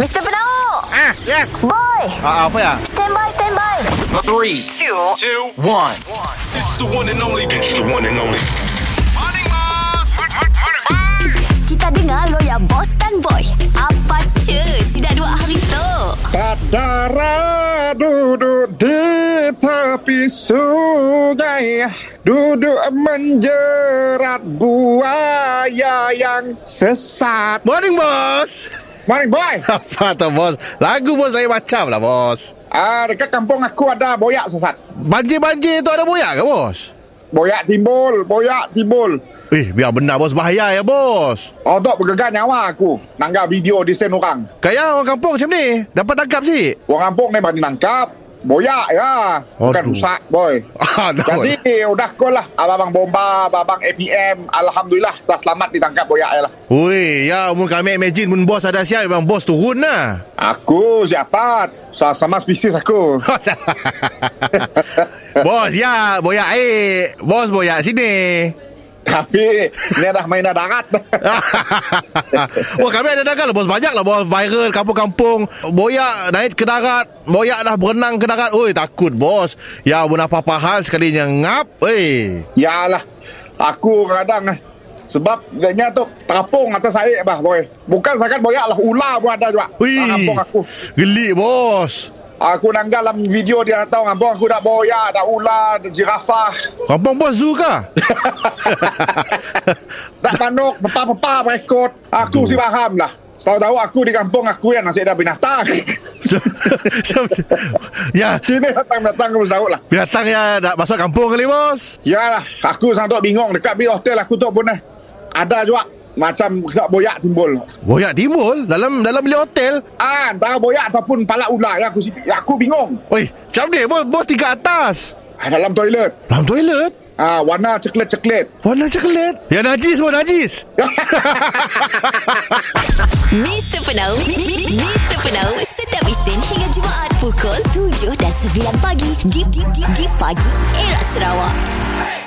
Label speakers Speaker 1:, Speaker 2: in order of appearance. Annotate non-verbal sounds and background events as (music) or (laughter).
Speaker 1: Mr. Penau
Speaker 2: Ah, yes.
Speaker 1: Boy
Speaker 2: Ah, apa ya?
Speaker 1: Stand by, stand by
Speaker 3: Three,
Speaker 1: Two
Speaker 3: two, one.
Speaker 4: It's the one and only. It's the one and only.
Speaker 1: Kita dengar lo ya Boss dan Boy Apa cuy Si dah dua hari tu
Speaker 2: Tak darah duduk di tepi sungai Duduk menjerat buaya yang sesat
Speaker 5: Morning bos
Speaker 2: Morning boy
Speaker 5: (laughs) Apa tu bos Lagu bos lain macam lah bos
Speaker 2: Ah, Dekat kampung aku ada boyak sesat
Speaker 5: Banjir-banjir tu ada boyak ke bos?
Speaker 2: Boyak timbul, boyak timbul
Speaker 5: Eh biar benar bos Bahaya ya bos
Speaker 2: Odok bergegar nyawa aku Nanggap video di sen orang
Speaker 5: Kayak orang kampung macam ni Dapat tangkap si
Speaker 2: Orang kampung ni bani nangkap Boyak ya Bukan
Speaker 5: Aduh.
Speaker 2: rusak boy
Speaker 5: (laughs) Ah, dah,
Speaker 2: Jadi udah call lah Abang-abang bomba Abang-abang APM Alhamdulillah Dah selamat ditangkap boyak ya lah
Speaker 5: Ui, ya umur kami imagine Mun bos ada siap Memang bos turun lah (laughs)
Speaker 2: Aku siapa Sama spesies aku (laughs)
Speaker 5: Bos Bos ya Boyak air Bos boyak sini
Speaker 2: Tapi Ni dah main darat (laughs)
Speaker 5: (laughs) Wah kami ada dagang lah bos Banyak lah bos Viral kampung-kampung Boyak naik ke darat Boyak dah berenang ke darat Oi takut bos Ya pun apa-apa hal sekalinya Ngap Oi
Speaker 2: Yalah Aku kadang eh. sebab gaknya tu terapung atas saya bah boy. Bukan sangat boyak lah ular pun ada juga.
Speaker 5: Ui
Speaker 2: Terapung aku.
Speaker 5: Gelik bos
Speaker 2: Aku nanggal dalam video dia tahu kampung aku dah boyak, dah ular, dah jirafah,
Speaker 5: Kampung bos zoo kah?
Speaker 2: dah manuk, pepa-pepa berekot. Aku si faham lah. Tahu-tahu aku di kampung aku yang nasib dah binatang. (laughs)
Speaker 5: ya
Speaker 2: Sini datang-datang aku bersaut lah.
Speaker 5: Binatang ya Nak masuk kampung kali bos
Speaker 2: Yalah, aku sangat bingung dekat bi hotel aku tu pun eh. Ada juga macam tak boyak timbul.
Speaker 5: Boyak timbul Dalam dalam bilik hotel
Speaker 2: Ah, antara boyak ataupun palak ular ya, aku si- aku bingung.
Speaker 5: Oi Macam ni bos Bos tiga atas
Speaker 2: Ah, dalam toilet.
Speaker 5: Dalam toilet
Speaker 2: Ah, warna coklat-coklat.
Speaker 5: Warna coklat Ya najis bos najis
Speaker 1: Mr. Penau Mr. Penau Setiap Isnin hingga Jumaat Pukul 7 dan 9 pagi Di, di, di, di pagi Era Sarawak